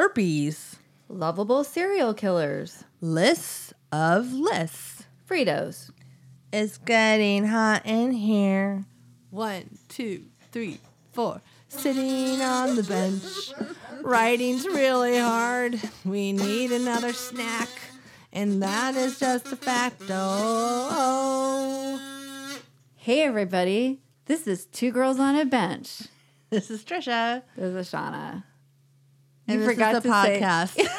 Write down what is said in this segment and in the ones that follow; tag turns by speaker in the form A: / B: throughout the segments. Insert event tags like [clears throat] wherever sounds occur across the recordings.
A: Slurpees,
B: Lovable serial killers.
A: lists of lists.
B: Fritos.
A: It's getting hot in here.
C: One, two, three, four. Sitting on the bench. Writing's really hard. We need another snack. And that is just a oh. facto.
B: Hey, everybody. This is Two Girls on a Bench.
A: This is Trisha.
B: This is Shauna.
A: And
B: You
A: this
B: forgot
A: is the
B: to say-
A: podcast.
C: [laughs]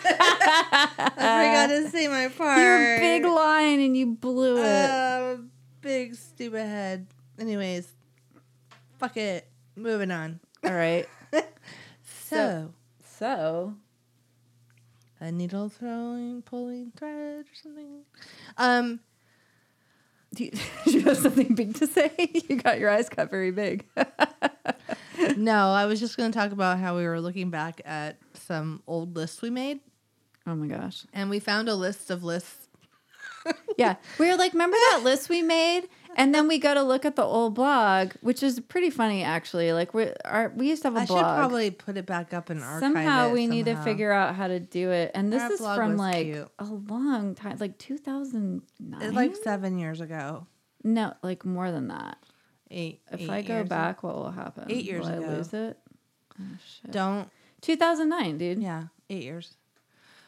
A: [laughs] I forgot to say my part.
B: Your big line and you blew it. [laughs]
A: Uh, big stupid head. Anyways, fuck it. Moving on.
B: All right.
A: So,
B: So,
A: a needle throwing, pulling thread or something. Um, [laughs]
B: do you, [laughs] do you have something big to say? [laughs] You got your eyes cut very big. [laughs]
A: no, I was just going to talk about how we were looking back at some old lists we made,
B: oh my gosh.
A: and we found a list of lists.
B: Yeah. We were like, remember that list we made? And then we go to look at the old blog, which is pretty funny, actually. Like, we are we used to have a
A: I
B: blog.
A: should probably put it back up and archive
B: somehow
A: it
B: we need to
A: somehow.
B: figure out how to do it. And this
A: Our
B: is
A: blog
B: from
A: was
B: like
A: cute.
B: a long time, like 2009.
A: It's like seven years ago.
B: no, like more than that.
A: Eight.
B: If
A: eight
B: I go
A: years
B: back, what will happen?
A: Eight years
B: will
A: ago.
B: I lose it?
A: ago. don't
B: 2009, dude.
A: Yeah, eight years.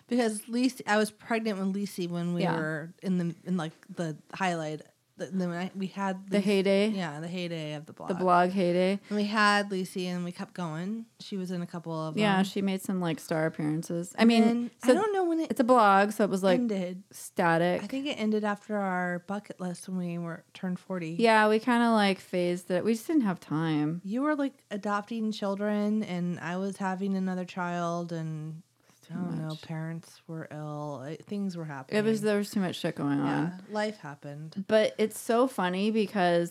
A: Because Lisi, I was pregnant with Lisi when we
B: Yeah.
A: were in the in like the highlight. The, the, when I, we had
B: The
A: Lis-
B: heyday.
A: Yeah, the heyday of the blog.
B: The blog heyday.
A: And we had Lisi, and we kept going. She was in a couple of
B: Yeah,
A: them.
B: she made some like star appearances. I mean,
A: And
B: so
A: I don't know when it
B: it's a blog, so it was like
A: ended.
B: static.
A: I think it ended after our bucket list when we were turned forty.
B: yeah, we kind of like phased it. We just didn't have time.
A: You were like adopting children, and I was having another child, and I don't know, parents were ill. It, things were happening.
B: It was there was too much shit going on.
A: yeah, life happened.
B: But it's so funny because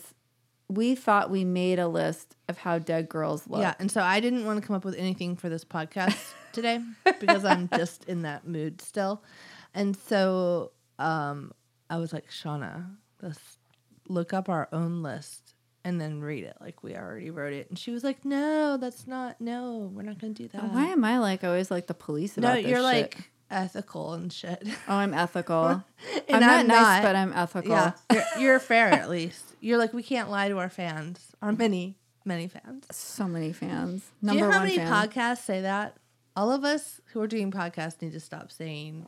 B: we thought we made a list of how dead girls look.
A: Yeah, and so I didn't want to come up with anything for this podcast
B: [laughs]
A: today because I'm just in that mood still. And so um, I was like, Shauna, let's look up our own list and then read it like we already wrote it. And she was like, No, that's not. No, we're not going to do that.
B: Why am I like always like the police
A: No,
B: about this
A: you're
B: shit?
A: like ethical and shit. [laughs]
B: oh, I'm ethical. I'm
A: And
B: not
A: I'm not.
B: nice, but I'm ethical.
A: yeah, you're, you're fair at least. You're like, we can't lie to our fans, our many, many fans.
B: So many fans.
A: Do
B: Number
A: you know how
B: one
A: many
B: fan.
A: podcasts say that? All of us who are doing podcasts need to stop saying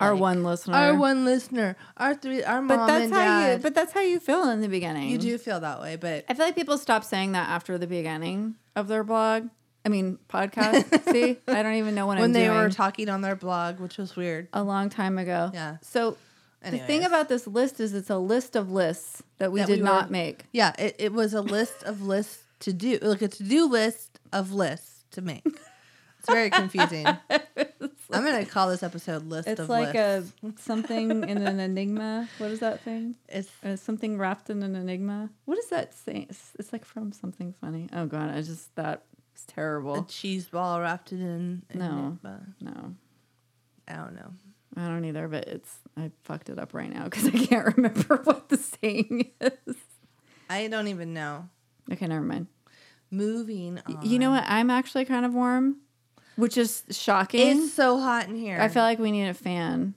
B: our
A: like,
B: one listener.
A: our one listener, our three, our mom
B: But that's
A: and
B: how
A: dad.
B: you. But Mm-hmm. that's how you feel in the beginning.
A: you do feel that way, but
B: I feel like people stop saying that after the beginning of their blog. I mean,
A: [laughs]
B: podcast. See, I don't even know what
A: when
B: I'm
A: they
B: doing.
A: were talking on their blog, which was weird.
B: a long time ago.
A: Yeah.
B: So the thing
A: Anyways.
B: about this list is it's a list of lists that we
A: That we
B: did
A: were-
B: not make.
A: Yeah, it, it was a list of lists to do, like a to do list of lists to make. It's very
B: [laughs]
A: confusing. I'm gonna call this episode "List
B: It's
A: of
B: like
A: Lists." [laughs]
B: a something in an enigma. What is that thing?
A: it's
B: Uh, something wrapped in an enigma. What is that saying? It's, it's like from something funny. Oh god, I just that was
A: a
B: terrible.
A: cheese ball wrapped in. in
B: No.
A: but
B: No,
A: I don't know.
B: I don't either. But it's I fucked it up right now because I can't [laughs] remember what the saying is.
A: I don't even know.
B: Okay, never mind.
A: Moving on.
B: You know what? I'm actually kind of warm, which is shocking.
A: It's so hot in here.
B: Mm-hmm. I feel like we need a fan.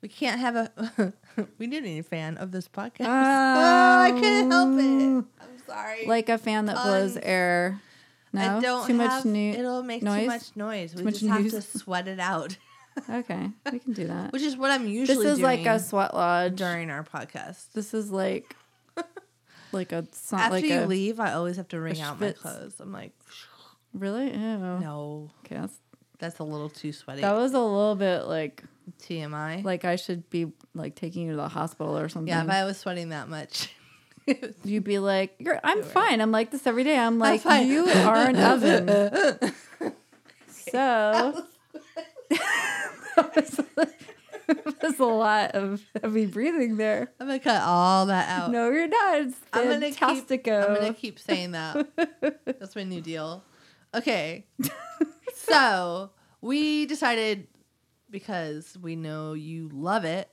A: we can't have a. [laughs] we didn't need a fan of this podcast. [laughs] Oh, I couldn't help it. I'm sorry.
B: Um, like a fan that blows
A: Um,
B: air. No,
A: I don't
B: too much
A: have-
B: new.
A: It'll make too
B: noise?
A: much noise. We
B: much
A: just have to
B: [laughs] news?
A: sweat it out,
B: [laughs] Okay, we can do that.
A: which is what I'm
B: this
A: usually.
B: is like a
A: doing
B: sweat lodge.
A: during our podcast.
B: This
A: [laughs]
B: is like like a song.
A: After
B: like
A: you
B: a,
A: leave, I always have to wring out my
B: schwitz.
A: clothes. I'm like,
B: Really? Ew.
A: no,
B: Okay, that's,
A: that's a little too sweaty.
B: that was a little bit like
A: TMI.
B: like I should be like taking you to the hospital or something.
A: yeah, if I was sweating that much, [laughs] it
B: You'd be like, You're, I'm fine. I'm like this every day. I'm like,
A: fine.
B: you are
A: [laughs]
B: an oven. So. that
A: [laughs]
B: was, [laughs] that was a lot of heavy breathing there.
A: I'm gonna cut all that out.
B: [laughs] No, you're not. It's
A: Oh. I'm gonna keep- I'm
B: fantastico.
A: I'm gonna keep saying
B: [laughs]
A: that. That's my new deal. Okay. so we decided because we know you love it,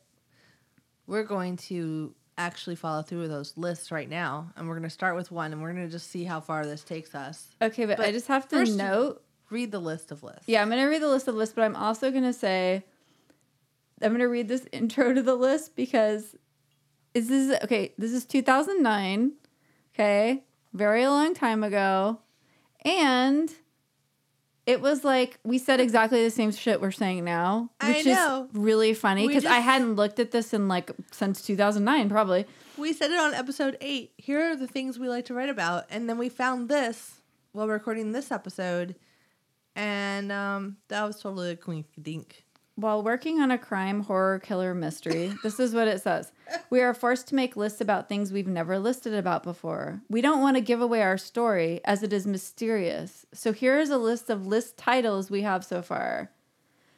A: we're going to actually follow through with those lists right now, and we're gonna start with one, and we're gonna just see how far this takes us.
B: okay, but, I
A: but
B: just have to
A: first-
B: note
A: Read the list of lists.
B: Yeah, I'm going to read the list of lists, but I'm also going to say I'm going to read this [laughs] intro to the list because is this okay, this is 2009, okay? Very long time ago. And it was like we said exactly the same shit we're saying now,
A: I
B: which
A: know.
B: is really funny
A: We
B: because I
A: just-
B: hadn't looked at this in like since 2009 probably.
A: We said it on episode eight. Here are the things we like to write about, and then we found this while recording this episode, and um, that was totally a quink dink.
B: While working on a crime, horror, killer mystery, this is what it says. We are forced to make lists about things we've never listed about before. We don't want to give away our story as it is mysterious. So here is a list of list titles we have so far.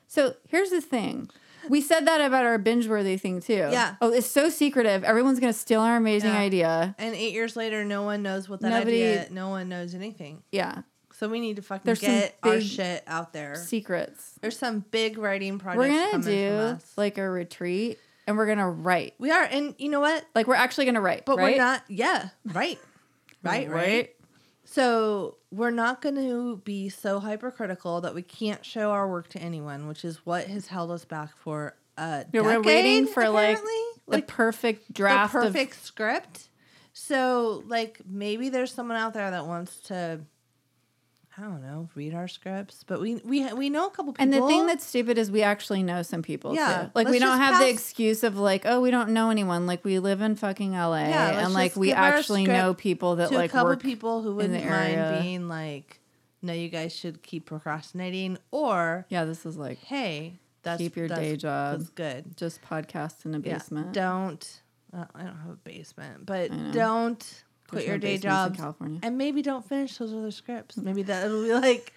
B: So here's the thing. We said that about our binge worthy thing too.
A: Yeah.
B: Oh, it's so secretive. Everyone's going to steal our amazing
A: Yeah.
B: idea.
A: And eight years later, no one knows what that
B: Nobody-
A: idea. No one knows anything.
B: Yeah.
A: So we need to fucking
B: There's some
A: get our
B: big
A: shit out there.
B: Secrets.
A: There's some big writing projects
B: We're going
A: coming
B: to
A: from
B: do
A: us.
B: like a retreat and we're going to write.
A: we are, and you know what?
B: Like we're actually going to write.
A: But
B: right?
A: we're not. Yeah,
B: [laughs]
A: right, right, right. So we're not going to be so hypercritical that we can't show our work to anyone, which is what has held us back for a
B: Yeah,
A: decade.
B: we're waiting for, like,
A: apparently.
B: the
A: like
B: perfect
A: the
B: draft of
A: perfect script. So like maybe there's someone out there that wants to, I don't know, read our scripts, but we we we know a couple people.
B: and the thing that's stupid is we actually know some people
A: Yeah,
B: too. Like we
A: let's
B: don't
A: just
B: have the
A: pass-
B: excuse of like, oh, we don't know anyone. Like we live in fucking LA
A: Yeah, let's
B: and like
A: just
B: we
A: give our
B: actually know
A: script
B: people that
A: to
B: like
A: a couple
B: work
A: people who
B: in the
A: wouldn't mind
B: area.
A: being like, no, you guys should keep procrastinating, or
B: Yeah, this is like
A: hey, that's
B: Keep your
A: that's-
B: day job.
A: That's good.
B: just podcasts in a
A: Yeah,
B: basement.
A: Don't. Uh, I don't have a basement, but
B: I know.
A: don't quit
B: There's no
A: your day
B: basements in
A: jobs,
B: California.
A: and maybe don't finish those other
B: [laughs]
A: scripts. Maybe that'll be like,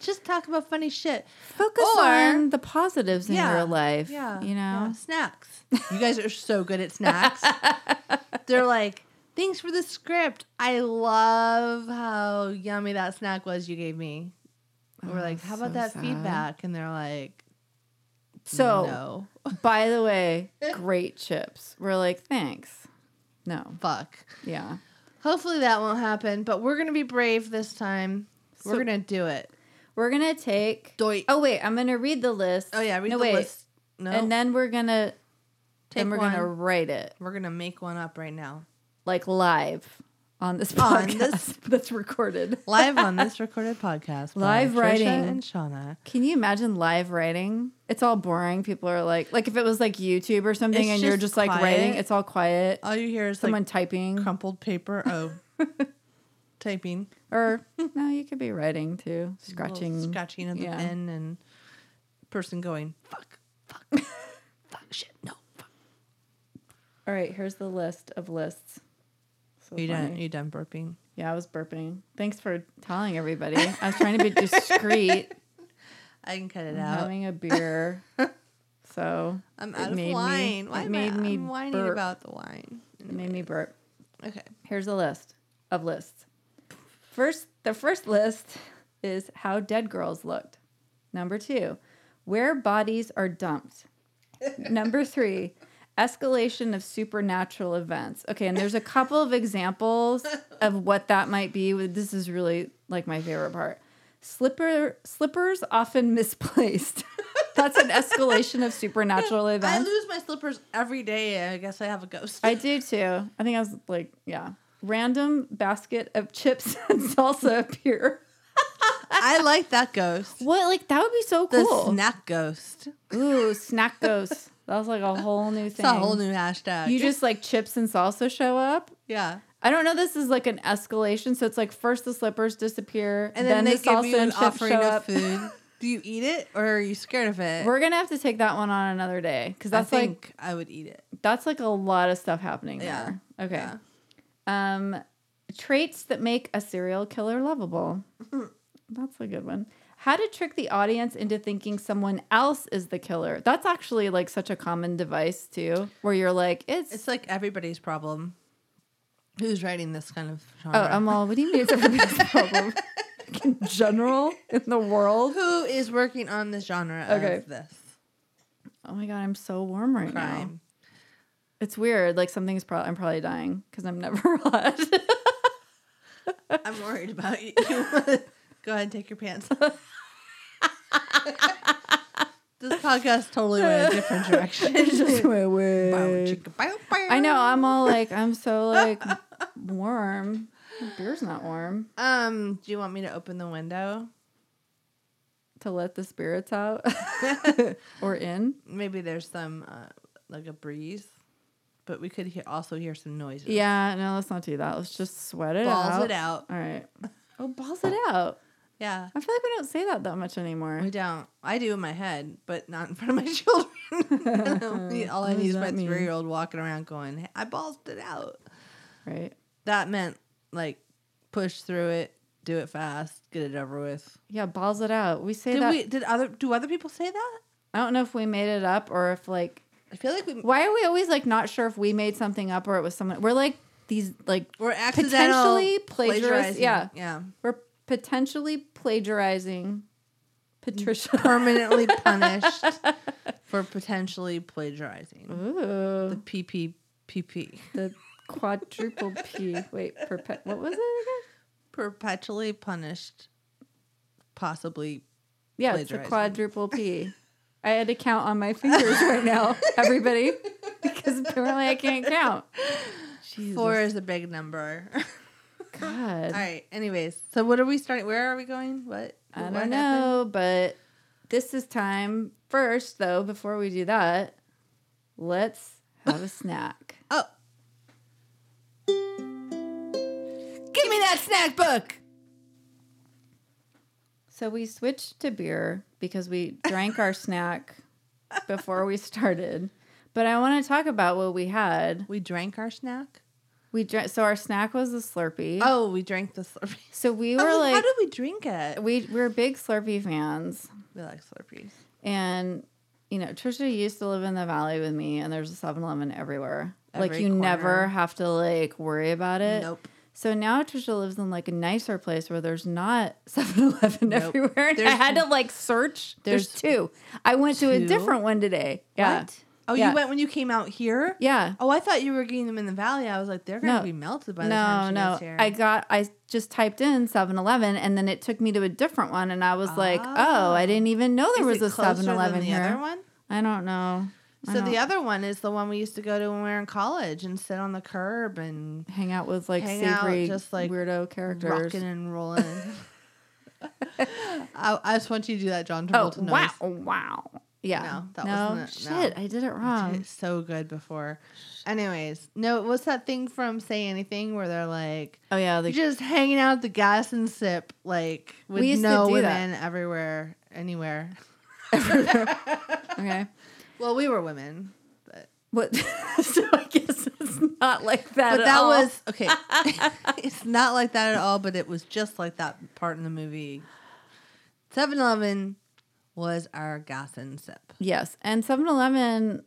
A: just talk about funny shit.
B: Focus
A: Or-
B: on the positives in your life.
A: Yeah,
B: You
A: yeah,
B: know?
A: snacks. You guys are so good at [laughs] snacks. They're like, thanks for the script. I love how yummy that snack was you gave me. And We're
B: Oh,
A: like, how about
B: so
A: that
B: sad.
A: feedback? And they're like,
B: So
A: no,
B: by
A: [laughs]
B: the way, great chips. We're like, thanks. No.
A: fuck.
B: Yeah.
A: Hopefully that won't happen, but we're gonna be brave this time.
B: So-
A: we're gonna do it.
B: We're gonna take
A: Doi-
B: Oh wait, I'm gonna read the list.
A: Oh yeah, read
B: no,
A: the
B: wait.
A: list. No,
B: And then we're gonna
A: Take
B: then we're
A: one.
B: gonna write it
A: we're gonna make one up right now,
B: like live on this
A: On
B: podcast
A: this-
B: [laughs] that's recorded.
A: live [laughs] on this recorded podcast. by
B: Live
A: Trisha
B: writing.
A: and Shauna.
B: Can you imagine live writing? It's all boring. People are like, like if it was like YouTube or something,
A: It's
B: and you're
A: just
B: just like writing,
A: quiet.
B: it's all quiet. Oh,
A: All you hear is
B: Someone
A: like
B: typing,
A: crumpled paper.
B: [laughs]
A: Oh, typing,
B: or no, you could be writing too,
A: Little
B: scratching,
A: scratching of the
B: Yeah.
A: pen, and person going fuck, fuck,
B: [laughs]
A: fuck, shit, no. fuck.
B: All right, here's the list of lists. So
A: You
B: funny.
A: done? You done burping?
B: Yeah, I was burping. Thanks for telling everybody. I was trying to [laughs] be discreet.
A: I can cut it
B: I'm
A: out.
B: having
A: [laughs]
B: a beer. so
A: I'm
B: Mm-hmm. it
A: out of
B: made me-
A: wine. Why
B: it
A: am
B: made
A: I?
B: me
A: I'm whining
B: burp.
A: about the wine.
B: it made me burp.
A: Okay.
B: Here's a list of lists. First, the first list is how dead girls looked. Number two, where bodies
A: [laughs]
B: are dumped. Number three, escalation of supernatural events. Okay, and there's a couple
A: [laughs]
B: of examples of what that might be. This is really like my favorite part. Slipper slippers
A: [laughs]
B: often misplaced. That's an escalation of supernatural
A: I
B: events.
A: lose my slippers every day. I guess I have a ghost.
B: I do too. I think I was like, yeah. Random basket of chips [laughs] and salsa appear.
A: [laughs] I like that ghost.
B: What? Like that would be so
A: The
B: cool.
A: snack ghost.
B: Ooh, snack ghosts. That was like a whole new thing.
A: It's a whole new hashtag.
B: You just like chips and salsa show up.
A: yeah.
B: I don't know. This is like an escalation. So it's like first the slippers disappear,
A: And then,
B: the
A: they give
B: salsa
A: you
B: and
A: an
B: chips
A: offering
B: show
A: of
B: up.
A: food. Do you eat it or are you scared of it?
B: We're gonna have to take that one on another day because
A: I
B: that's like
A: think I would eat it.
B: that's like a lot of stuff happening
A: Yeah.
B: there. Okay. Um, traits that make a serial killer lovable.
A: Mm-hmm.
B: That's a good one. How to trick the audience into thinking someone else is the killer. That's actually like such a common device too, where you're like, it's,
A: It's like everybody's problem. Who's writing this kind of genre?
B: oh, I'm all. What do you mean
A: [laughs]
B: it's everybody's problem? Like, In general, in
A: [laughs]
B: the world.
A: Who is working on this genre
B: Okay.
A: of this
B: Oh my god, I'm so warm right now.
A: crime?
B: [laughs] It's weird. Like something's probably I'm probably dying because I'm never [laughs] hot.
A: [laughs]
B: [laughs]
A: I'm worried about you. Go ahead and take your pants. off. This podcast totally went a
B: [laughs]
A: different direction.
B: I know. I'm all like, I'm so like warm. Beer's not warm
A: Um, do you want me to open the window?
B: to let the spirits out [laughs] or in.
A: Maybe there's some uh, like a breeze, but we could hear, also hear some noises.
B: Yeah, no, let's not do that. Let's just sweat it
A: balls
B: out.
A: it out.
B: All right. Oh, balls it out.
A: Yeah,
B: I feel like we don't say that that much anymore.
A: we don't. I do in my head, but not in front of my [laughs] children. All I
B: [laughs]
A: need
B: What does
A: is my
B: that mean?
A: three-year-old walking around going, "Hey, "I ballsed it out."
B: Right.
A: That meant like push through it, do it fast, get it over with.
B: Yeah, balls it out. We say
A: Did
B: that.
A: we? Did other? Do other people say that?
B: I don't know if we made it up or if like
A: I feel like we
B: why are we always like not sure if we made something up or it was someone we're like these like
A: we're accidental
B: potentially plagiarized.
A: plagiarizing.
B: Yeah.
A: yeah.
B: We're potentially plagiarizing
A: [laughs]
B: Patricia. [laughs]
A: Permanently punished for potentially plagiarizing the
B: Ooh.
A: PPPP.
B: The quadruple P. Wait, perpet what was it again?
A: Perpetually punished, possibly.
B: Yeah, it's the
A: Plagiarizing.
B: quadruple P. I had to count on my fingers right now, everybody, [laughs] because apparently I can't count. Jesus.
A: Four is a big number. [laughs]
B: God.
A: All right. Anyways, so what are we starting? Where are we going? What?
B: I
A: what
B: don't
A: happened?
B: know, but this is time first, though. Before we do that, let's have a snack.
A: Oh,
C: Give me that snack book.
B: So we switched to beer because we drank our snack before we started. But I want to talk about what we had.
A: we drank our snack.
B: We drank. So our snack was a Slurpee.
A: Oh, we drank the Slurpee.
B: So we
A: I
B: were
A: was like, [laughs] Oh, how
B: like,
A: did we drink it?
B: we we're big Slurpee fans,
A: We like Slurpees.
B: and you know, Trisha used to live in the valley with me, and there's a 7-Eleven everywhere. like
A: Every
B: you never
A: corner.
B: have to like worry about it.
A: Nope.
B: So now Trisha lives in like a nicer place where there's not [laughs] 7-Eleven
A: Nope.
B: everywhere. And I
A: There's-
B: had to like search. There's,
A: There's
B: two. I went to a
A: two?
B: different one today. Yeah.
A: What? Oh,
B: Yeah.
A: you went when you came out here?
B: Yeah.
A: Oh, I thought you were getting them in the valley. I was like, they're gonna
B: No.
A: be melted by the time
B: No,
A: she
B: no.
A: gets here.
B: I got I just typed in 7-Eleven and then it took me to a different one and I was like, "Oh, I didn't even know there
A: Ah. Is
B: was
A: it
B: a
A: closer than
B: 7-Eleven
A: the
B: here."
A: Other one?
B: I don't know. I
A: So
B: don't
A: the other one is the one we used to go to when we were in college and sit on the curb and
B: hang out with like
A: hang out,
B: savory
A: just, like,
B: weirdo characters.
A: rocking and rolling. [laughs] I, I just want you to do that John
B: Oh,
A: Travolta noise.
B: wow. Wow. Yeah.
A: No, that wasn't it. No.
B: Shit, I did it wrong.
A: It's so good before. Anyways, no, what's that thing from Say Anything where they're like,
B: Oh yeah, the
A: You're just hanging out at the gas and sip, like with
B: We used to
A: no
B: do
A: women
B: that.
A: everywhere,
B: [laughs]
A: anywhere.
B: okay.
A: Well, we were women, but
B: What? [laughs] so I guess it's not like that.
A: but
B: at
A: that
B: all.
A: was okay.
B: [laughs]
A: [laughs] it's not like that at all, but it was just like that part in the movie. 7-Eleven was our gas and sip.
B: yes, and 7-Eleven.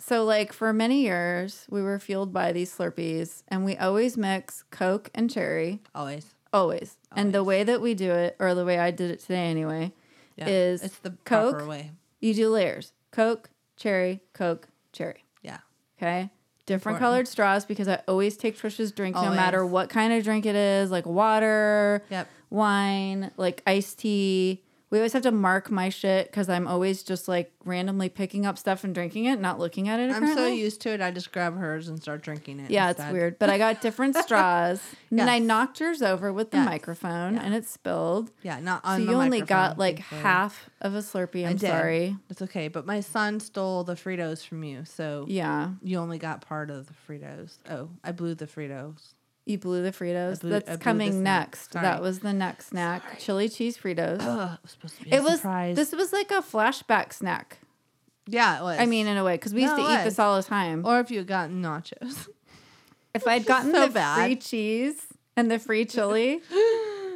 B: So like for many years, we were fueled by these Slurpees, and we always mix Coke and cherry,
A: Always.
B: always. And the way that we do it, or the way I did it today, anyway,
A: Yeah.
B: is
A: it's the
B: Coke.
A: proper way.
B: You do layers: Coke, cherry, Coke, cherry.
A: Yeah.
B: Okay. Different
A: Important.
B: colored straws because I always take Trisha's drink no
A: Always.
B: matter what kind of drink it is, like water,
A: Yep.
B: wine, like iced tea. We always have to mark my shit because I'm always just like randomly picking up stuff and drinking it, not looking at it.
A: I'm so
B: apparently.
A: used to it. I just grab hers and start drinking it.
B: Yeah, it's
A: instead.
B: weird. But I got different straws. And then
A: [laughs]
B: I
A: Yes.
B: knocked yours over with the
A: Yes.
B: microphone and it spilled.
A: Yeah, not on.
B: so
A: the
B: you only got
A: microphone,
B: like
A: thankfully.
B: half of a Slurpee.
A: I
B: I'm
A: did.
B: sorry.
A: It's okay, but my son stole the Fritos from you, so
B: Yeah.
A: you only got part of the Fritos. Oh, I blew the Fritos.
B: You blew the Fritos.
A: blew- I
B: That's
A: blew the
B: coming
A: snack.
B: next.
A: Sorry. Oh,
B: That was the next snack. Chili cheese Fritos.
A: Ugh, it was supposed to be.
B: it was
A: surprise.
B: this was like a flashback snack.
A: Yeah, it was.
B: I mean, in a way, because we used
A: No,
B: to
A: it
B: eat this
A: was.
B: all the time.
A: or if you had gotten nachos, [laughs]
B: if I'd gotten
A: so
B: the
A: bad.
B: free cheese and the
A: [laughs]
B: free chili,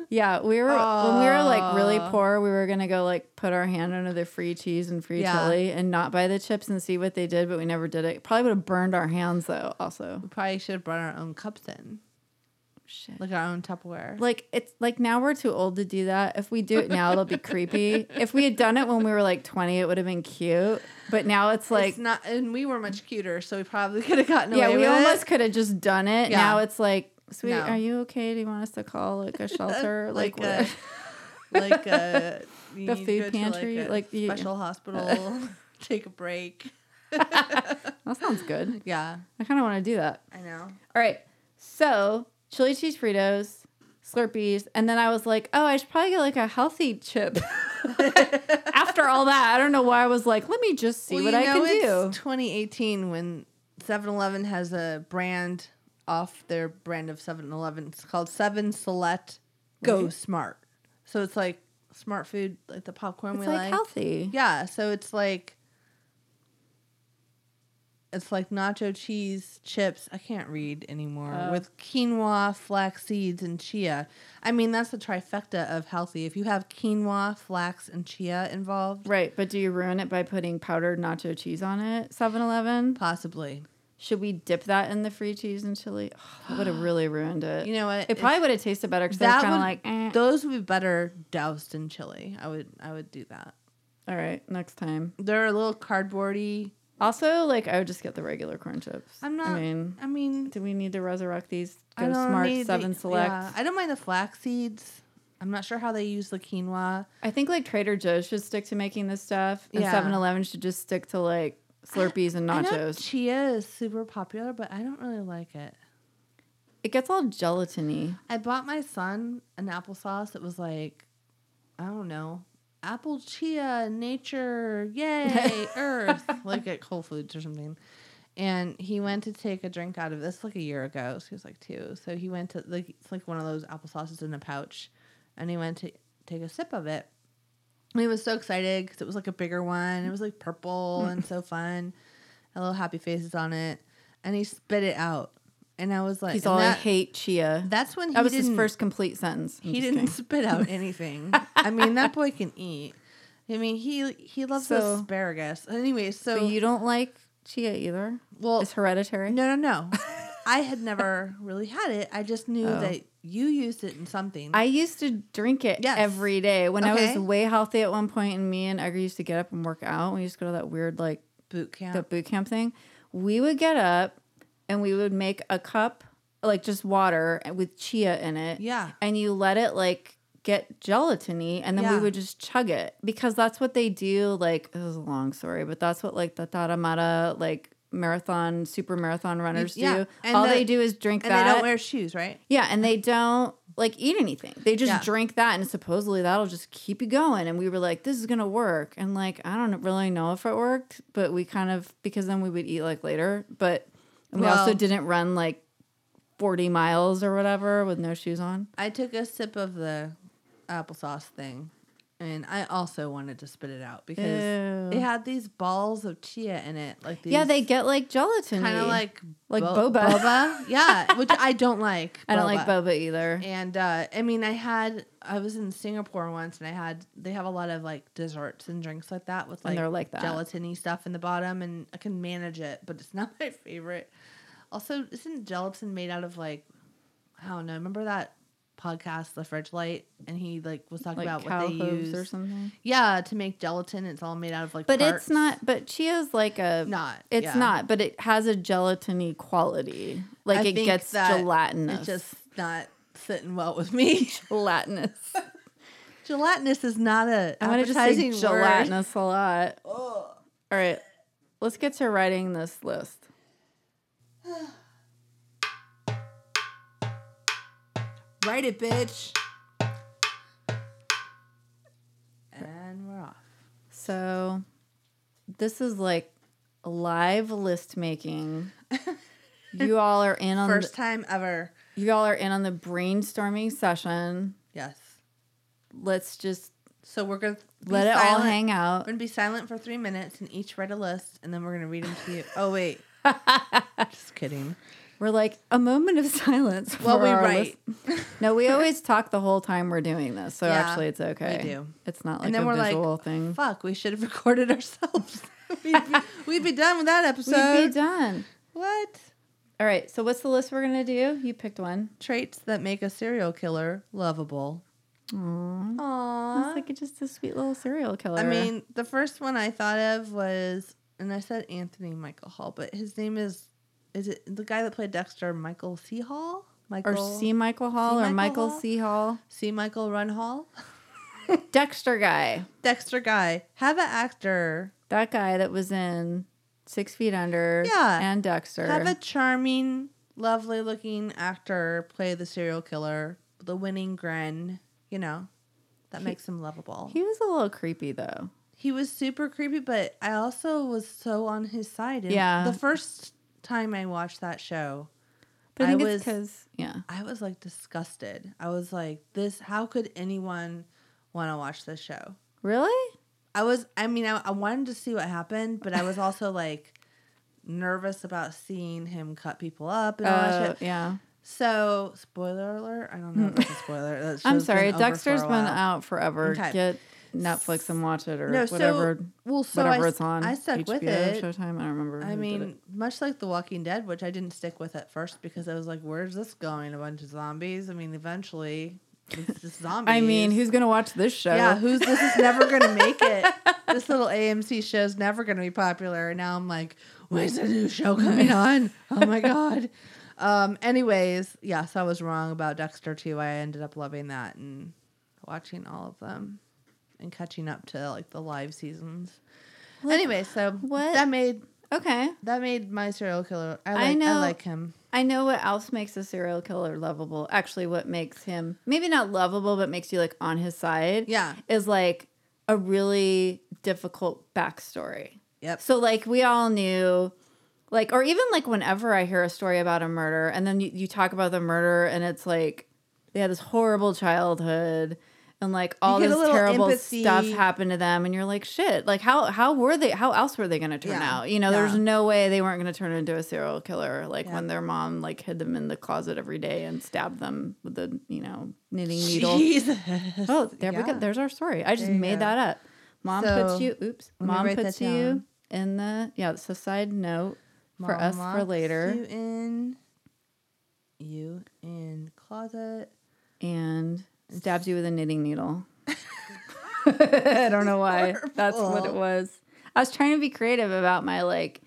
B: yeah, we were when we were like really poor, we were gonna go like put our hand under the free cheese and free
A: Yeah.
B: chili and not buy the chips and see what they did, but we never did it. Probably would have burned our hands though. Also,
A: we probably should have brought our own cups in, Oh,
B: shit.
A: like our own Tupperware.
B: Like it's like now we're too old to do that. If we do it now, it'll be creepy. If we had done it when we were like twenty, it would have been cute. But now it's like
A: it's not, and we were much cuter, so we probably [laughs] could have gotten
B: yeah,
A: away
B: we
A: with
B: almost
A: it.
B: could have just done it.
A: Yeah.
B: Now it's like, sweet,
A: No. [laughs]
B: [laughs] are you okay? Do you want us to call like a shelter? like,
A: uh, like a, like
B: what-
A: a You
B: [laughs] The
A: need to
B: food
A: go to,
B: pantry,
A: like, a
B: like, you-
A: special
B: [laughs]
A: hospital, [laughs] take a break.
B: That sounds good.
A: Yeah,
B: I kind of want to do that.
A: I know.
B: All right. So chili cheese Fritos, Slurpees, and then I was like, oh, I should probably get like a healthy
A: [laughs]
B: chip. After all that, I don't know why I was like, let me just see what I can do.
A: 2018 when 7-Eleven has a brand off their brand of 7-Eleven. It's called Seven Select Go Smart. So it's like smart food, like the popcorn
B: It's
A: we
B: like,
A: like.
B: healthy.
A: Yeah, so it's like it's like nacho cheese chips. I can't read anymore
B: Oh.
A: with quinoa, flax seeds, and chia. I mean, that's the trifecta of healthy. If you have quinoa, flax, and chia involved,
B: Right, but do you ruin it by putting powdered nacho cheese on it? 7-Eleven?
A: possibly.
B: Should we dip that in the free cheese and chili? Oh, that would have really ruined it.
A: You know what?
B: it
A: If-
B: probably would have tasted better because I was
A: that
B: kind
A: would
B: of like, eh.
A: those would be better doused in chili. I would I would do that.
B: all right, next time.
A: They're a little cardboardy.
B: Also, like, I would just get the regular corn chips.
A: I'm not.
B: I mean,
A: I mean,
B: do we need to resurrect these? Go
A: I don't
B: smart
A: need the-
B: seven select.
A: yeah. I don't mind the flax seeds. I'm not sure how they use the quinoa.
B: I think like Trader Joe's should stick to making this stuff, and
A: Yeah.
B: Seven Eleven should just stick to like Slurpees and
A: I know
B: nachos.
A: chia is super popular, but I don't really like it.
B: It gets all gelatiny.
A: I bought my son an applesauce. It was like, I don't know, apple chia, nature,
B: [laughs]
A: yay, earth, like at Whole Foods or something. And he went to take a drink out of this like a year ago. So he was like two. So he went to like it's like one of those applesauces in a pouch, and he went to take a sip of it. And he was so excited because it was like a bigger one. It was like
B: [laughs]
A: purple and so fun. Had little happy faces on it, and he spit it out. And I was like,
B: He's
A: and
B: all I
A: that-
B: hate chia. That,
A: That's when he
B: was his
A: didn't-
B: first complete sentence. I'm
A: he
B: just
A: didn't
B: kidding.
A: spit
B: [laughs]
A: out anything. I mean, that boy can eat. I mean, he he loves
B: So-
A: asparagus. Anyway, so,
B: So you don't like chia either.
A: well,
B: it's hereditary.
A: no, no,
B: [laughs]
A: no. I had never really had it. I just knew
B: Oh.
A: that you used it in something.
B: I used to drink it
A: Yes.
B: every day when I
A: Okay.
B: was way healthy at one point, and me and Edgar used to get up and work out. We used to go to that weird like
A: boot camp.
B: the boot camp thing, we would get up and we would make a cup like just water with chia in it.
A: Yeah.
B: And you let it like get gelatiny and then we
A: Yeah.
B: would just chug it because that's what they do like this is a long story, but that's what like the Taramata like marathon super marathon runners
A: yeah,
B: do.
A: and
B: All
A: the-
B: they do is drink
A: and
B: that.
A: they don't wear shoes, right?
B: yeah, and they don't like eat anything. They just
A: Yeah.
B: drink that and supposedly that'll just keep you going. And we were like, this is gonna work. And like I don't really know if it worked, but we kind of because then we would eat like later. But and we also
A: Well-
B: didn't run like forty miles or whatever with no shoes on.
A: I took a sip of the applesauce thing, and I also wanted to spit it out because
B: Ew.
A: it had these balls of chia in it, like these
B: Yeah, they get like gelatin.
A: kind of like
B: like
A: bo-
B: boba.
A: boba, yeah, which I don't like.
B: [laughs] I don't like boba either.
A: And uh, I mean, I had I was in Singapore once, and I had they have a lot of like desserts and drinks like that with
B: And
A: like,
B: they're like that.
A: gelatiny stuff in the bottom, and I can manage it, but it's [laughs] not my favorite. Also, isn't gelatin made out of like I don't know? Remember that podcast, The Fridge Light, and he like was talking
B: Like
A: about
B: cow
A: what they
B: hooves
A: use
B: or something.
A: Yeah, to make gelatin, it's all made out of like.
B: But
A: parts.
B: it's not but chia's like a
A: Not,
B: it's
A: yeah.
B: not, but it has a gelatiny quality. Like
A: I
B: it
A: think
B: gets
A: that
B: gelatinous.
A: It's just not sitting well with me. [laughs]
B: gelatinous.
A: gelatinous is not a
B: I'm gonna just say
A: appetizing word.
B: gelatinous a lot. All right, let's get to writing this list.
C: Write it, bitch.
A: And we're off.
B: So, this is like live
A: [laughs]
B: list making. you all are in on
A: First time ever.
B: the, you all are in on the brainstorming session.
A: Yes.
B: Let's just
A: So we're gonna be
B: let it all
A: silent.
B: hang
A: We're
B: out.
A: gonna be silent for three minutes and each write a list, and then we're gonna read them to you. Oh
B: [laughs]
A: wait. Just kidding.
B: We're like a moment of [laughs] silence.
A: While
B: for
A: we
B: our
A: write,
B: No, we always talk the whole time we're doing this, so
A: Yeah,
B: actually it's okay.
A: do.
B: It's not like
A: and then
B: a
A: we're
B: visual
A: like,
B: thing.
A: "Fuck, we should have [laughs] recorded ourselves. [laughs] we'd,
B: [laughs]
A: be, we'd be done with that
B: We'd
A: episode."
B: be done.
A: what
B: All right. So what's the list we're gonna do? You picked one.
A: traits that make a serial killer lovable?
B: Aww.
A: Aww.
B: like just a sweet little serial killer.
A: Uh-huh. I mean, the first one I thought of was, and I said Anthony Michael Hall, but his name is, is it the guy that played Dexter, Michael C. Hall?
B: or
A: Michael
B: C. Michael Hall or
A: Michael
B: Michael
A: Hall?
B: C. Hall.
A: C. Michael Run Hall?
B: Dexter guy.
A: [laughs] Dexter guy. Have an actor.
B: That guy that was in Six Feet Under
A: Yeah.
B: and Dexter.
A: Have a charming, lovely looking actor play the serial killer, the winning grin, you know. That makes him lovable. He,
B: he was a little creepy though.
A: was super creepy, but I also was so on his side. And
B: Yeah.
A: The first time I watched that show,
B: But I
A: I
B: think
A: was-
B: it's because yeah.
A: I was like disgusted. I was like, this, how could anyone want to watch this show?
B: Really?
A: I was, I mean, I, I wanted to see what happened, but I was
B: [laughs]
A: also like nervous about seeing him cut people up and all that
B: Uh,
A: shit.
B: yeah.
A: So, spoiler alert. I don't know if it's a spoiler. That
B: [laughs] I'm
A: show's been
B: sorry.
A: over for a
B: Dexter's been
A: while.
B: out forever.
A: Okay.
B: Get Netflix and watch it or
A: No, so-
B: whatever.
A: Well, so
B: whatever
A: I,
B: it's on.
A: I stuck with
B: HBO,
A: it.
B: Showtime. I don't remember.
A: I
B: who did it.
A: mean, much like The Walking Dead, which I didn't stick with at first because I was like, where's this going? A bunch of zombies? I mean, eventually, it's just zombies.
B: [laughs] I mean, who's gonna watch this show?
A: Yeah, who's this is never gonna make [laughs] it. This little AMC show's never gonna be popular. And now I'm like, when's a new show coming on? Oh my god. Um, anyways, yeah, so I was wrong about Dexter too. I ended up loving that and watching all of them and catching up to like the live seasons. anyway, so
B: what-
A: that made
B: okay.
A: that made my serial killer. I, like,
B: I
A: I
B: know-
A: like him.
B: I know what else makes a serial killer lovable. Actually, what makes him maybe not lovable, but makes you like on his side.
A: Yeah.
B: Is like a really difficult backstory.
A: Yep.
B: So like we all knew like or even like whenever I hear a story about a murder and then you, you talk about the murder and it's like they had this horrible childhood and like all
A: get a
B: this
A: little
B: terrible
A: empathy.
B: stuff happened to them and you're like shit like how how were they how else were they going to turn
A: Yeah.
B: out you know
A: Yeah.
B: there's no way they weren't going to turn into a serial killer like
A: Yeah.
B: when their mom like hid them in the closet every day and stabbed them with the you know knitting needle
A: Jesus.
B: Oh,
A: [laughs]
B: there we
A: Yeah.
B: go. There's our story. I just
A: There you
B: made
A: go.
B: that up. Mom
A: So,
B: puts you. Oops.
A: let me
B: Mom
A: write that
B: puts you
A: down.
B: in the. Yeah, it's a side note for us for
A: locks You
B: later.
A: in you in closet.
B: And stabs you with a
A: [laughs]
B: knitting needle. [laughs] I don't know why. That's what it
A: horrible.
B: was. I was trying to be creative about my like.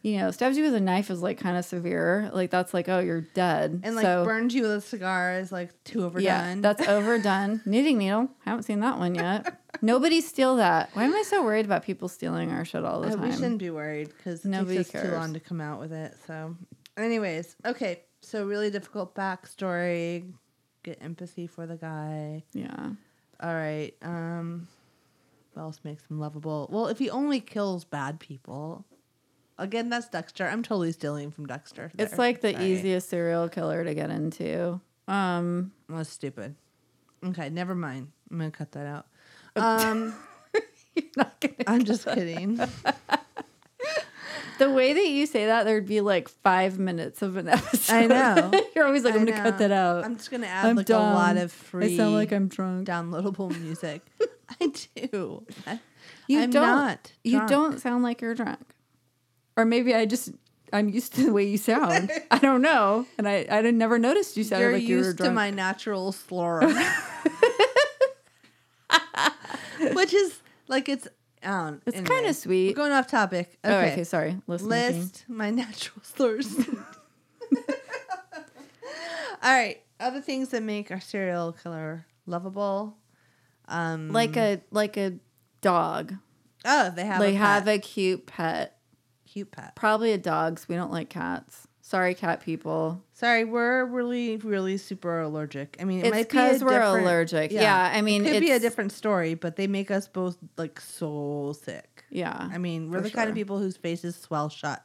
B: You know, stabs you with a knife is like kind of severe. Like that's like, oh, you're dead.
A: And like
B: so,
A: burns you with a cigar is like too overdone.
B: Yeah, that's
A: [laughs]
B: overdone. Knitting needle. Haven't seen that one yet. Nobody steal that. Why am I so worried about people stealing our shit all the
A: I-
B: time?
A: we shouldn't be worried because it
B: Nobody
A: takes us too
B: cares.
A: long to come out with it. So, anyways, okay. So really difficult backstory. Get empathy for the guy.
B: Yeah.
A: All right. Um, what else makes him lovable? Well, if he only kills bad people. Again, that's Dexter. I'm totally stealing from Dexter.
B: It's
A: there.
B: like the
A: Sorry.
B: easiest serial killer to get into. [laughs] Um,
A: That's stupid. Okay, never mind. I'm gonna cut that
B: [laughs]
A: out. Um,
B: you're not gonna-
A: I'm just
B: [laughs]
A: kidding.
B: the way that you say that, there'd be like five minutes of an [laughs] episode.
A: I know.
B: [laughs] you're always like, I'm
A: I
B: gonna cut
A: know.
B: that out.
A: I'm just gonna add
B: I'm
A: like a lot
B: dumb.
A: of free
B: I sound like I'm drunk.
A: downloadable
B: [laughs]
A: music. [laughs] I do. I-
B: You
A: I'm
B: don't.
A: not
B: You
A: drunk.
B: don't sound like you're drunk. Or maybe I just I'm used to the way
A: [laughs]
B: you sound. I don't know, and I I didn't- never noticed you sounded
A: You're
B: like you were
A: used
B: drunk.
A: to my natural slur,
B: [laughs]
A: [laughs] which is like it's. Um,
B: It's kinda sweet.
A: We're going off topic.
B: Oh,
A: Okay,
B: okay, sorry. List. making.
A: list my [laughs] natural slurs. All right, other things that make our serial killer lovable. Um,
B: Like a like a dog.
A: oh, they have
B: They
A: a
B: have
A: pet.
B: a cute pet.
A: cute pet.
B: Probably a dog's. We don't like cats. Sorry, cat people.
A: Sorry, we're really, really super allergic. I mean, it
B: It's
A: might be a
B: 'cause we're
A: different-
B: allergic. Yeah, I mean,
A: it could be a
B: it's-
A: different story, but they make us both like so sick.
B: Yeah.
A: I mean, we're
B: for
A: the kind
B: sure.
A: of people whose faces swell shut,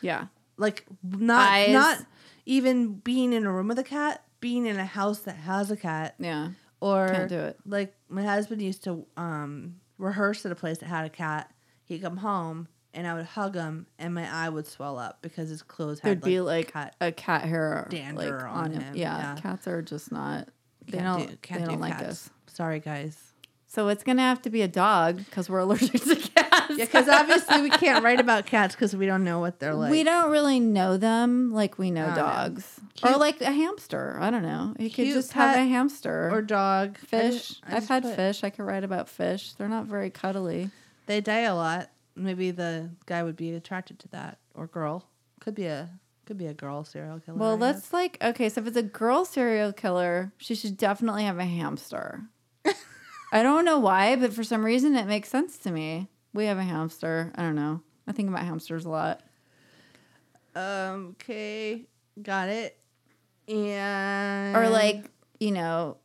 B: yeah.
A: like not
B: Eyes.
A: not even being in a room with a cat, being in a house that has a cat,
B: Yeah.
A: or
B: Can't do it.
A: Like my husband used to um, rehearse at a place that had a cat. He'd come home and I would hug him, and my eye would swell up because his clothes had
B: There'd be like
A: cat
B: a cat hair
A: dander
B: like,
A: on
B: on him.
A: him.
B: Yeah,
A: Yeah.
B: Cats are just not they
A: Can't
B: don't
A: do- can't
B: they
A: do
B: don't like
A: cats.
B: us.
A: Sorry, guys.
B: [laughs] So it's gonna have to be a dog because we're allergic to cats.
A: [laughs] Yeah, because
B: [laughs]
A: obviously we can't write about cats because we don't know what they're like.
B: we don't really know them like we know
A: I don't know.
B: dogs. Or
A: Cute-
B: like a hamster. I don't know. You could
A: Cute
B: just have
A: pet
B: a hamster.
A: Or
B: Or
A: dog. I
B: fish.
A: just- I
B: I've
A: just
B: had
A: put-
B: fish. I could write about fish. They're not very cuddly.
A: They die a lot. Maybe the guy would be attracted to that, or girl. Could be a could be a girl serial killer.
B: Well,
A: I guess.
B: let's like
A: [laughs]
B: okay. So if it's a girl serial killer, she should definitely have a hamster. I don't know why, but for some reason it makes sense to me. We have a hamster. I don't know. I think about hamsters a lot.
A: Um, okay, got it. And
B: Or like, you know,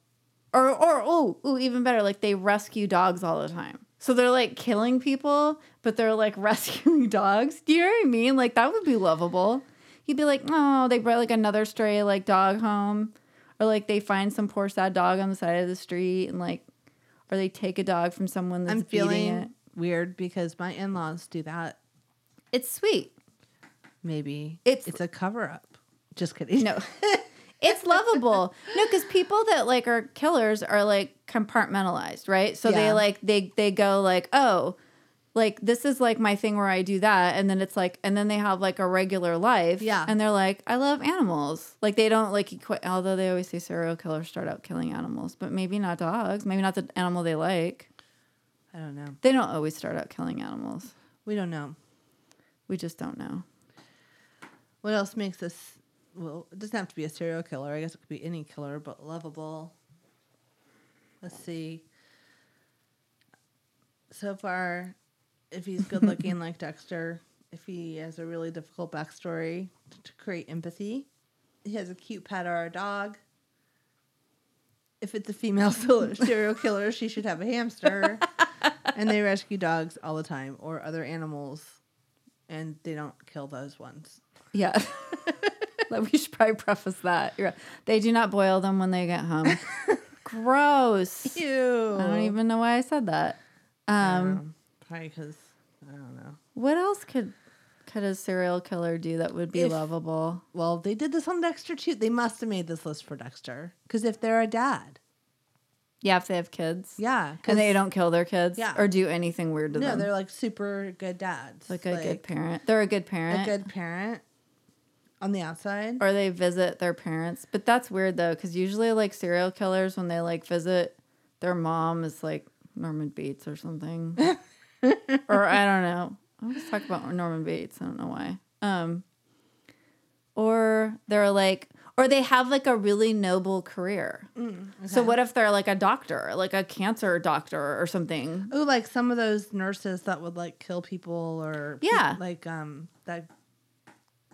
B: or or oh, ooh, even better, like they rescue dogs all the time. So they're like killing people, but they're like [laughs] rescuing dogs. Do you know what I mean? Like that would be lovable. He'd be like, oh, they brought like another stray like dog home, or like they find some poor sad dog on the side of the street, and like, or they take a dog from someone that's
A: I'm
B: feeding it.
A: feeling weird because my in-laws do that.
B: It's sweet.
A: Maybe
B: It's-
A: it's a cover up. Just kidding.
B: No. [laughs] it's lovable. No, because people that like are killers are like compartmentalized, right? So they
A: Yeah.
B: like they they go like, oh, like this is like my thing where I do that, and then it's like, and then they have like a regular life,
A: Yeah.
B: And they're like, I love animals. Like they don't like equi- although they always say serial killers start out killing animals, but maybe not dogs, maybe not the animal they like.
A: I don't know.
B: They don't always start out killing animals.
A: We don't know.
B: We just don't know.
A: What else makes this? Well, it doesn't have to be a serial killer. I guess it could be any killer, but lovable. Let's see. So far, if he's good looking like Dexter, if he has a really difficult backstory t- to create empathy, he has a cute pet or a dog. If it's a female [laughs] serial- serial killer, she should have a hamster. and they rescue dogs all the time or other animals, and they don't kill those ones.
B: Yeah. [laughs] Like, we should probably preface that. You're right. They do not boil them when they
A: [laughs]
B: get home. Gross.
A: Ew.
B: I don't even know why I said that. Um,
A: Um, probably because I don't know.
B: what else could could a serial killer do that would be
A: If-
B: lovable?
A: Well, they did this on Dexter too. They must have made this list for Dexter because if they're a dad,
B: Yeah, if they have kids.
A: yeah, 'cause-
B: And they don't kill their kids
A: Yeah.
B: or do anything weird to
A: No,
B: them.
A: they're like super good dads,
B: like a good parent. They're a good parent.
A: a good parent on the outside.
B: or they visit their parents. But that's weird though, because usually like serial killers, when they like visit their mom, is like Norman Bates or something, or I don't know. I always talk about Norman Bates. I don't know why. Um, or they're like, or they have like a really noble career. So what if they're like a doctor, like a cancer doctor or something?
A: Oh, like some of those nurses that would like kill people or pe-
B: Yeah.
A: like um that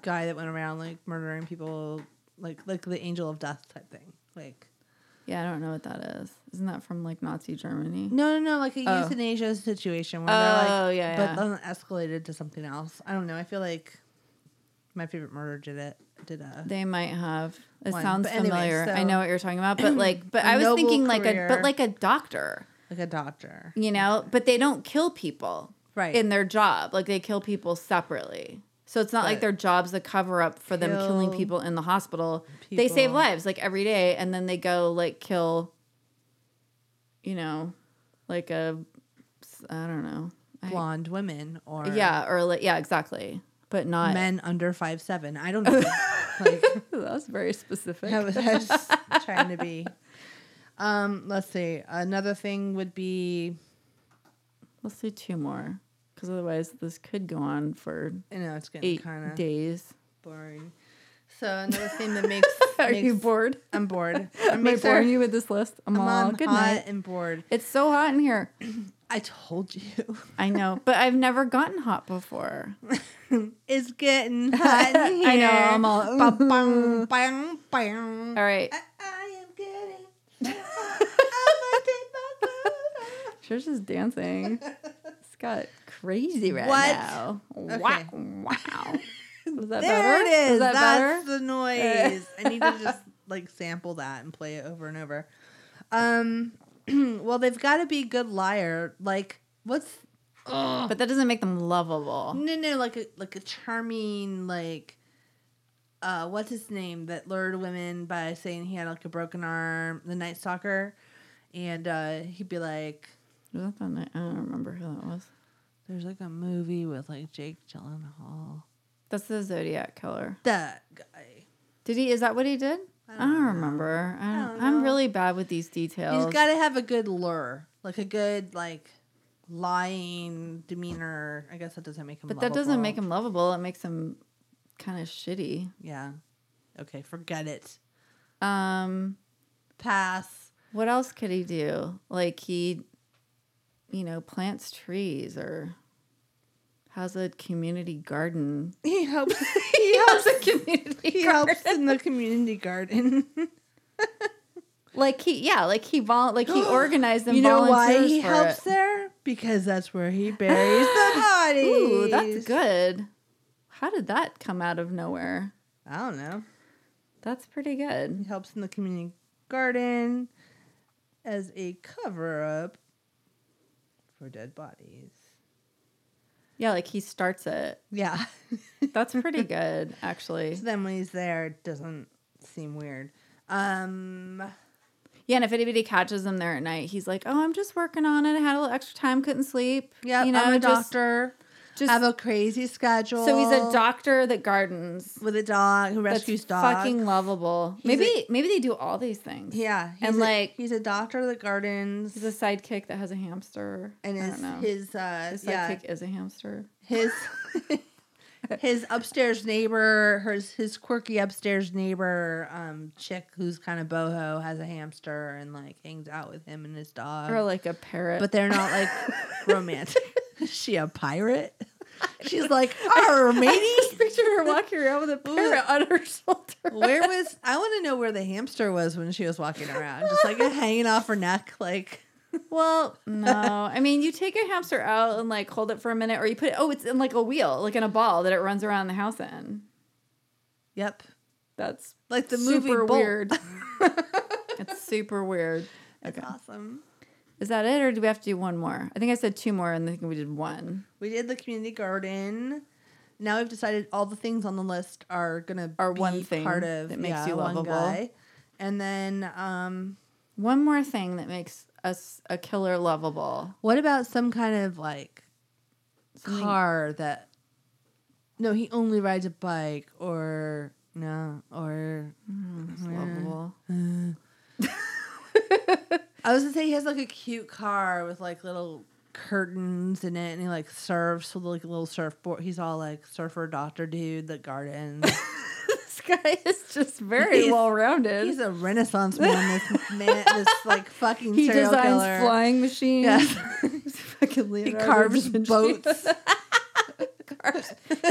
A: guy that went around like murdering people, like like the angel of death type thing. Like
B: Yeah, I don't know what that is. Isn't that from like Nazi Germany?
A: No, no, no, like a euthanasia situation where they're
B: Oh,
A: like,
B: yeah, yeah.
A: but then escalated to something else. I don't know. I feel like my favorite murder did it. Did a
B: They might have. It
A: One.
B: sounds
A: But anyway,
B: familiar. I
A: so-
B: know what you're talking about, but like,
A: [clears throat]
B: but
A: A
B: I was
A: noble
B: thinking like a, but
A: career.
B: like a doctor,
A: like a doctor.
B: you know. But they don't kill people,
A: Right.
B: In their job, like they kill people separately. So it's not like
A: But-
B: their job's a cover up for them killing
A: Kill
B: people in the hospital. They save
A: people.
B: lives like every day, and then they go like kill, you know, like a, I don't know, I-
A: Blonde women or
B: yeah, or like yeah, exactly, but not.
A: men under five seven. I don't
B: [laughs]
A: know. like
B: That's very specific.
A: I was, I was trying to be. Um, let's see. Another thing would be
B: Let's do two more, because otherwise this could go on for
A: you know it's getting
B: eight
A: kind of [laughs]
B: days.
A: boring. So another thing that makes,
B: [laughs] Are you
A: makes-
B: bored?
A: I'm
B: [laughs]
A: bored.
B: Am I
A: makes her-
B: boring you with this list? I'm,
A: I'm
B: all
A: on
B: good
A: hot
B: night.
A: and bored.
B: It's so hot
A: [laughs]
B: in here.
A: I told you.
B: I know, but I've never gotten hot before.
A: It's getting hot in here.
B: [laughs] I know, I'm all, Er
A: Ba- bang, bang, bang. [laughs]
B: All right.
A: I, I am getting. I'm a deep-
B: She's just dancing. It's got crazy right
A: What?
B: now. Wow.
A: Okay.
B: Wow. Is
A: There
B: that better?
A: it is.
B: that
A: That's
B: better? [laughs]
A: the noise. I need to just like sample that and play it over and over. Um, [clears throat] well, they've got to be good liar. Like, what's
B: But that doesn't make them lovable.
A: No, no, like a like a charming like. Uh, what's his name that lured women by saying he had like a broken arm, the night stalker, and uh, he'd be like,
B: Was that the night? I don't remember who that was.
A: "There's like a movie with like Jake Gyllenhaal,
B: That's the Zodiac killer.
A: that guy.
B: Did he? Is that what he did? I don't, remember. I don't,
A: don't
B: I'm
A: know.
B: really bad with these details.
A: He's got to have a good lure, like a good like lying demeanor. I guess that doesn't make him,
B: but that doesn't
A: lovable.
B: make him lovable. It makes him kind of shitty.
A: Yeah, okay, forget it.
B: Um,
A: Pass. [laughs]
B: What else could he do? Like he, you know, plants trees or has a community garden.
A: He
B: [laughs]
A: helps.
B: He has a community
A: He
B: garden.
A: helps in the community garden.
B: Like he, yeah, like he vol,
A: [gasps]
B: like he organized and
A: You know why
B: volunteers
A: he
B: for
A: helps
B: it.
A: there? Because that's where he buries the bodies.
B: [laughs] Ooh, that's good. How did that come out of nowhere?
A: I don't know.
B: That's pretty
A: He
B: good.
A: helps in the community garden as a cover up for dead bodies.
B: Yeah, like he starts it.
A: [laughs] Yeah. [laughs]
B: That's pretty good, actually.
A: so then when he's there, it doesn't seem weird. Um,
B: Yeah, and if anybody catches him there at night, he's like, "Oh, I'm just working on it. I had a little extra time, couldn't sleep.
A: yeah,
B: you know,
A: I'm a
B: just-
A: doctor.
B: just-
A: have a crazy schedule.
B: so he's a doctor that gardens,
A: with a dog who rescues
B: that's
A: dogs.
B: fucking lovable.
A: He's
B: maybe maybe they do all these things.
A: yeah, he's
B: and
A: a-
B: like-
A: he's a doctor that gardens,
B: he's a sidekick that has a hamster,
A: and
B: I don't
A: his
B: know.
A: his uh,
B: His
A: yeah,
B: sidekick is a hamster.
A: [laughs] his his upstairs neighbor, his his quirky upstairs neighbor, um, chick who's kind of boho has a hamster and like hangs out with him and his dog.
B: or like a parrot.
A: Um,
B: [laughs]
A: but they're not [laughs] like romantic. Is she a pirate? [laughs] She's like, our matey.
B: just picture her walking around with a parrot on her [laughs] shoulder.
A: Where was I want to know where the hamster was when she was walking around, just like hanging off her neck, like
B: Well, no. I mean, you take a hamster out and like hold it for a minute, or you put it, oh, it's in like a wheel, like in a ball that it runs around the house in.
A: yep,
B: That's
A: like the movie.
B: super
A: Bolt. [laughs]
B: weird. it's super weird.
A: That's awesome.
B: Is that it, or do we have to do one more? I think I said two more, and I think we did one.
A: We did the community garden. Now we've decided all the things on the list are gonna
B: Are
A: be
B: one thing
A: part of
B: that makes
A: yeah,
B: you
A: one
B: lovable.
A: guy. And then, um,
B: One more thing that makes us a killer lovable.
A: what about some kind of like car that? No, he only rides a bike, or no, or
B: It's Lovable. [laughs]
A: I was gonna say he has like a cute car with like little curtains in it, and he like surfs with like a little surfboard. He's all like surfer doctor dude that gardens.
B: This guy is just very
A: He's-
B: well rounded.
A: He's a renaissance man. This man, this like fucking
B: He
A: serial
B: designs
A: killer. [laughs]
B: flying machines.
A: Yeah.
B: He's [laughs] fucking
A: He
B: Leonardo
A: carves
B: da Vinci.
A: boats.
B: [laughs]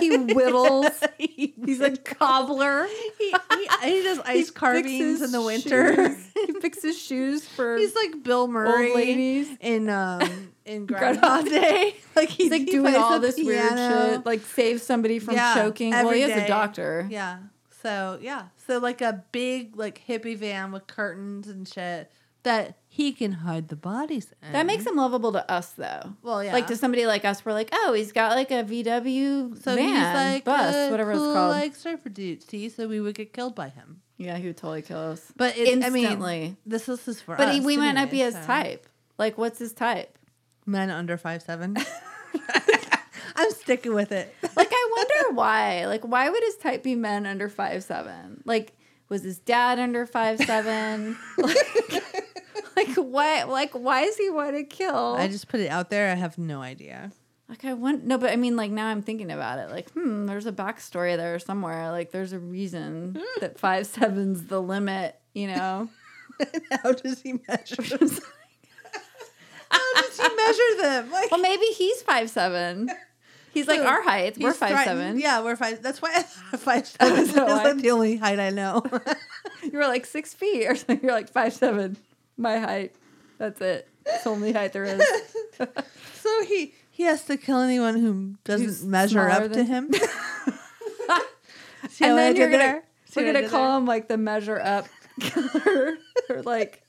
B: He whittles. He's a cobbler.
A: he, he, he does ice
B: He
A: carvings
B: fixes
A: in the winter. [laughs]
B: [laughs] shoes. he fixes shoes for
A: He's like Bill Murray
B: ladies.
A: in um in
B: [laughs] Groundhog
A: Groundhog Day. [laughs] Like
B: he's like
A: he
B: doing
A: plays
B: all
A: the
B: this
A: piano.
B: weird shit. Like save somebody from
A: Yeah,
B: choking. Well,
A: every
B: he is a
A: day.
B: doctor.
A: Yeah. So yeah. So like a big like hippie van with curtains and shit that he can hide the bodies in.
B: That makes him lovable to us, though.
A: Well, yeah.
B: Like to somebody like us, we're like, oh, he's got like a VW
A: so
B: van,
A: he's like
B: bus,
A: a
B: whatever
A: cool,
B: it's called.
A: like surfer dude. See, so we would get killed by him.
B: yeah, he would totally kill us.
A: But it, I mean,
B: Instantly.
A: this is this is for
B: But
A: us.
B: he, we might not
A: anyway,
B: be his
A: so.
B: type. Like, what's his type?
A: Men under five [laughs] seven. I'm sticking with it.
B: Like, I
A: [laughs]
B: wonder why. Like, why would his type be men under five seven? Like, was his dad
A: [laughs]
B: under five seven? like, like, [laughs] why? Like, why does he want to kill?
A: I just put it out there. I have no idea. [laughs]
B: like, I want no, but I mean, like, now I'm thinking about it. Like, hmm, there's a backstory there somewhere. Like, there's a reason
A: Hmm.
B: that five seven's the limit. You
A: [laughs]
B: know,
A: How does he [laughs] measure? them? How does he measure them? Like
B: well, maybe he's five seven. He's like
A: So,
B: our height. We're
A: he's
B: five
A: threatened-
B: seven.
A: Yeah, we're five. That's why [laughs] I thought five seven
B: Is
A: is
B: that why?
A: like the only height I [laughs] know.
B: [laughs] You were like six feet or something. You're like five seven. My height. That's it. It's the only height there [laughs] is.
A: so he he has to kill anyone who doesn't
B: Who's
A: measure
B: smaller
A: up to
B: than-
A: him. [laughs] See
B: and
A: how I
B: then
A: did
B: you're gonna
A: there? See what
B: we're
A: I
B: gonna
A: did
B: call
A: there?
B: him like the measure up killer [laughs] or like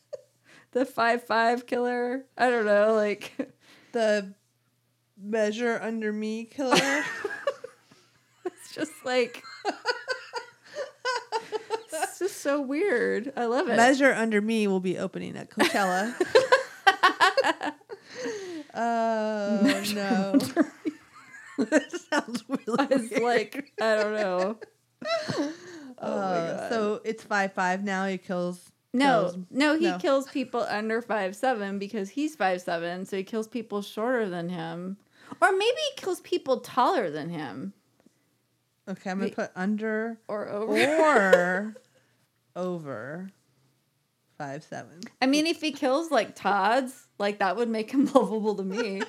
B: the five five killer. I don't know. Like [laughs]
A: the measure under me killer. [laughs]
B: it's just [laughs] like it's just so weird. I love it.
A: Measure Under Me will be opening at Coachella. oh no. [laughs] that sounds really
B: [laughs] it's
A: weird.
B: like I don't know. Oh my
A: Uh,
B: God.
A: so it's five five now. He kills.
B: No,
A: kills-
B: no, he
A: no.
B: kills people under five seven because he's five seven, so he kills people shorter than him, or maybe he kills people taller than him
A: Okay,
B: [laughs]
A: I'm gonna Oh.
B: Wait.
A: put under
B: or over.
A: or over five seven.
B: I mean, if he kills like Todd's, like that would make him [laughs] lovable to me.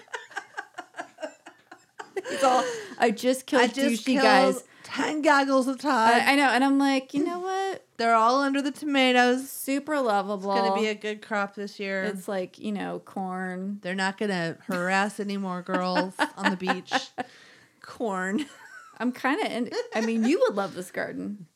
B: He's all, I just killed
A: I just
B: douchey
A: killed
B: guys.
A: ten goggles of Todd.
B: I, I know, and I'm like, you know what?
A: They're all under the tomatoes.
B: Super lovable.
A: It's gonna be a good crop this year.
B: It's like you know, corn.
A: They're not gonna harass any more girls on the
B: [laughs]
A: beach. Corn.
B: I'm kind of. in I mean, you would love this garden.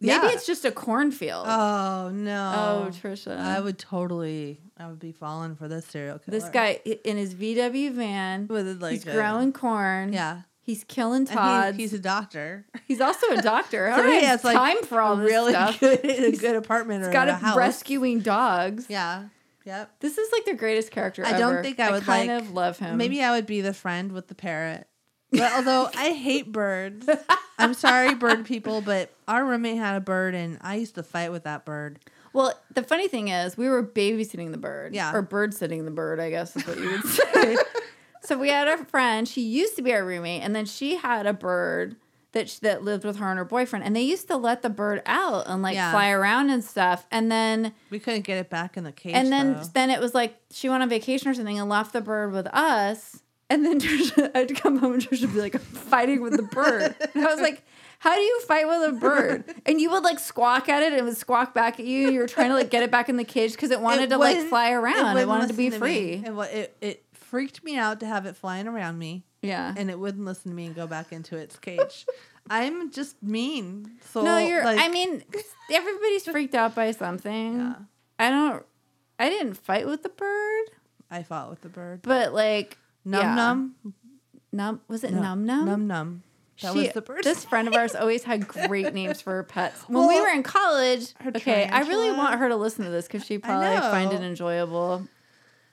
B: Maybe
A: Yeah.
B: it's just a cornfield.
A: Oh no.
B: oh, Trisha,
A: I would totally. I would be falling for this serial killer.
B: this guy i- in his VW van.
A: with like
B: he's
A: a-
B: growing corn.
A: Yeah.
B: He's killing
A: And he-
B: Todd.
A: he's a doctor.
B: He's also a doctor.
A: [laughs]
B: I
A: So
B: don't
A: he
B: have
A: has, like,
B: time
A: [laughs]
B: for all this
A: really
B: stuff.
A: good, a
B: He's
A: good apartment or
B: got
A: a house.
B: a rescuing dogs.
A: Yeah. Yep.
B: This is like the greatest character
A: I
B: ever.
A: don't think I would
B: kind
A: like-
B: of love him.
A: Maybe I would be the friend with the parrot.
B: [laughs]
A: But although I hate birds, I'm sorry, bird people, but our roommate had a bird and I used to fight with that bird.
B: Well, the funny thing is, we were babysitting the bird.
A: Yeah.
B: Or bird sitting the bird, I guess is what you would [laughs] say. so we had our friend. She used to be our roommate, and then she had a bird that sh- that lived with her and her boyfriend, and they used to let the bird out and like
A: Yeah.
B: fly around and stuff, and then.
A: We couldn't get it back in the cage.
B: and then
A: though.
B: then it was like she went on vacation or something and left the bird with us. And then [laughs] Trisha, I'd come home and Trisha would be like, I'm fighting with the bird. And I was like, how do you fight with a bird? And you would like squawk at it and it would squawk back at you. And you were trying to like get it back in the cage because it wanted to like
A: wouldn't-
B: fly around. It,
A: wouldn't
B: wanted to be
A: listen me.
B: free.
A: It, wa- it, it freaked me out to have it flying around me
B: yeah.
A: and it wouldn't listen to me and go back into its
B: [laughs]
A: cage. I'm just mean. So,
B: no, you're,
A: like,
B: I mean, everybody's freaked out by something.
A: Yeah.
B: I don't, I didn't fight with the bird,
A: I fought with the bird.
B: but like,
A: Num
B: yeah.
A: num.
B: Num, was it
A: No,
B: num num?
A: Num num. That
B: She-
A: was the bird.
B: This friend of ours always had great names for her pets. When we
A: Well,
B: were in college,
A: her
B: okay, I really
A: tarantula.
B: want her to listen to this because she probably
A: know.
B: find it enjoyable.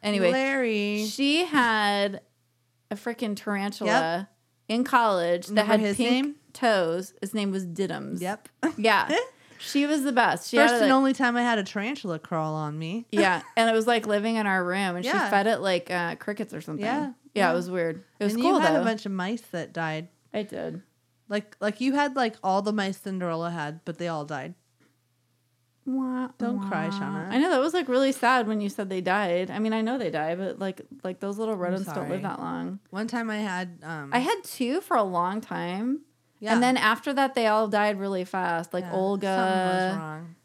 B: Anyway,
A: Larry.
B: she had a freaking tarantula in college that
A: Remember
B: had
A: his
B: pink
A: name?
B: toes. His name was Diddums. [laughs]
A: Yep. [laughs]
B: Yeah, she was the best. She
A: First
B: had
A: and
B: a-
A: only time I had a tarantula crawl on me.
B: yeah,
A: [laughs]
B: and it was like living in our room, and she
A: Yeah.
B: fed it like uh, crickets or something.
A: Yeah,
B: yeah, it
A: yeah.
B: was weird. It was
A: and
B: cool
A: you had
B: though.
A: a bunch of mice that died.
B: I did.
A: Like like you had like all the mice Cinderella had, but they all died.
B: Wah,
A: Don't
B: wah.
A: cry, Shauna.
B: I know that was like really sad when you said they died. I mean, I know they die, but like like those little rodents don't live
A: sorry.
B: that long.
A: One time I had um
B: I had two for a long time.
A: yeah,
B: And then after that they all died really fast. Like
A: yeah, something was
B: Olga,
A: wrong.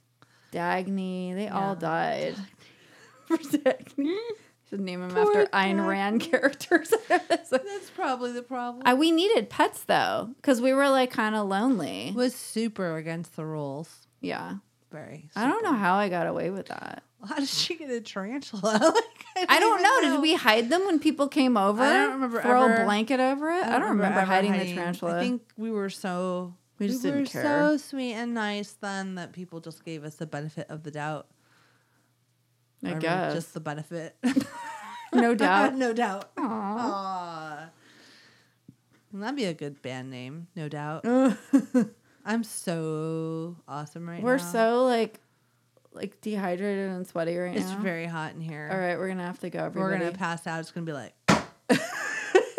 B: Dagny, they all
A: Yeah.
B: died. [laughs] For Dagny. Should name them
A: Poor
B: after Ayn Rand characters. [laughs]
A: That's probably the problem. I
B: I, we needed pets though, because we were like kind of lonely.
A: was super against the rules.
B: Yeah.
A: Very.
B: I don't know how I got away with that.
A: How did she get a tarantula? [laughs] like,
B: I don't
A: even
B: know. Did we hide them when people came over?
A: I don't remember
B: Throw a
A: ever-
B: blanket over it. I don't, remember,
A: ever
B: hiding, the tarantula.
A: I think we were so
B: We just didn't
A: were
B: care.
A: so sweet and nice then that people just gave us the benefit of the doubt.
B: I
A: Or
B: guess.
A: just the benefit. [laughs]
B: no doubt.
A: no doubt.
B: Aw.
A: Aw. That'd be a good band name, no
B: [laughs]
A: doubt. I'm so awesome right
B: We're
A: now.
B: so like, like dehydrated and sweaty right
A: It's
B: now.
A: very hot in here.
B: All right, we're gonna have to go. Everybody.
A: We're gonna pass out. It's gonna be
B: [laughs]
A: like,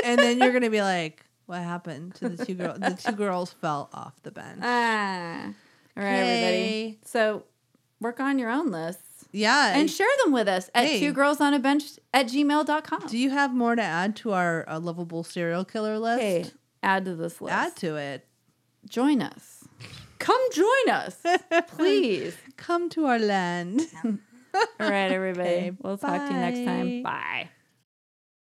A: and then you're gonna be like, "What happened to the two girls? The two girls fell off the bench."
B: Ah. All right, everybody.
A: Okay.
B: So, work on your own lists
A: yeah.
B: and share them with us at
A: Hey.
B: two girls on a bench at gmail.com.
A: do you have more to add to our uh, lovable serial killer list?
B: hey, add to this list.
A: Add to it.
B: join us. Come join us,
A: [laughs]
B: please.
A: Come to our land.
B: All right,
A: [laughs]
B: everybody.
A: Okay,
B: we'll talk to you next time.
A: bye.
B: Bye.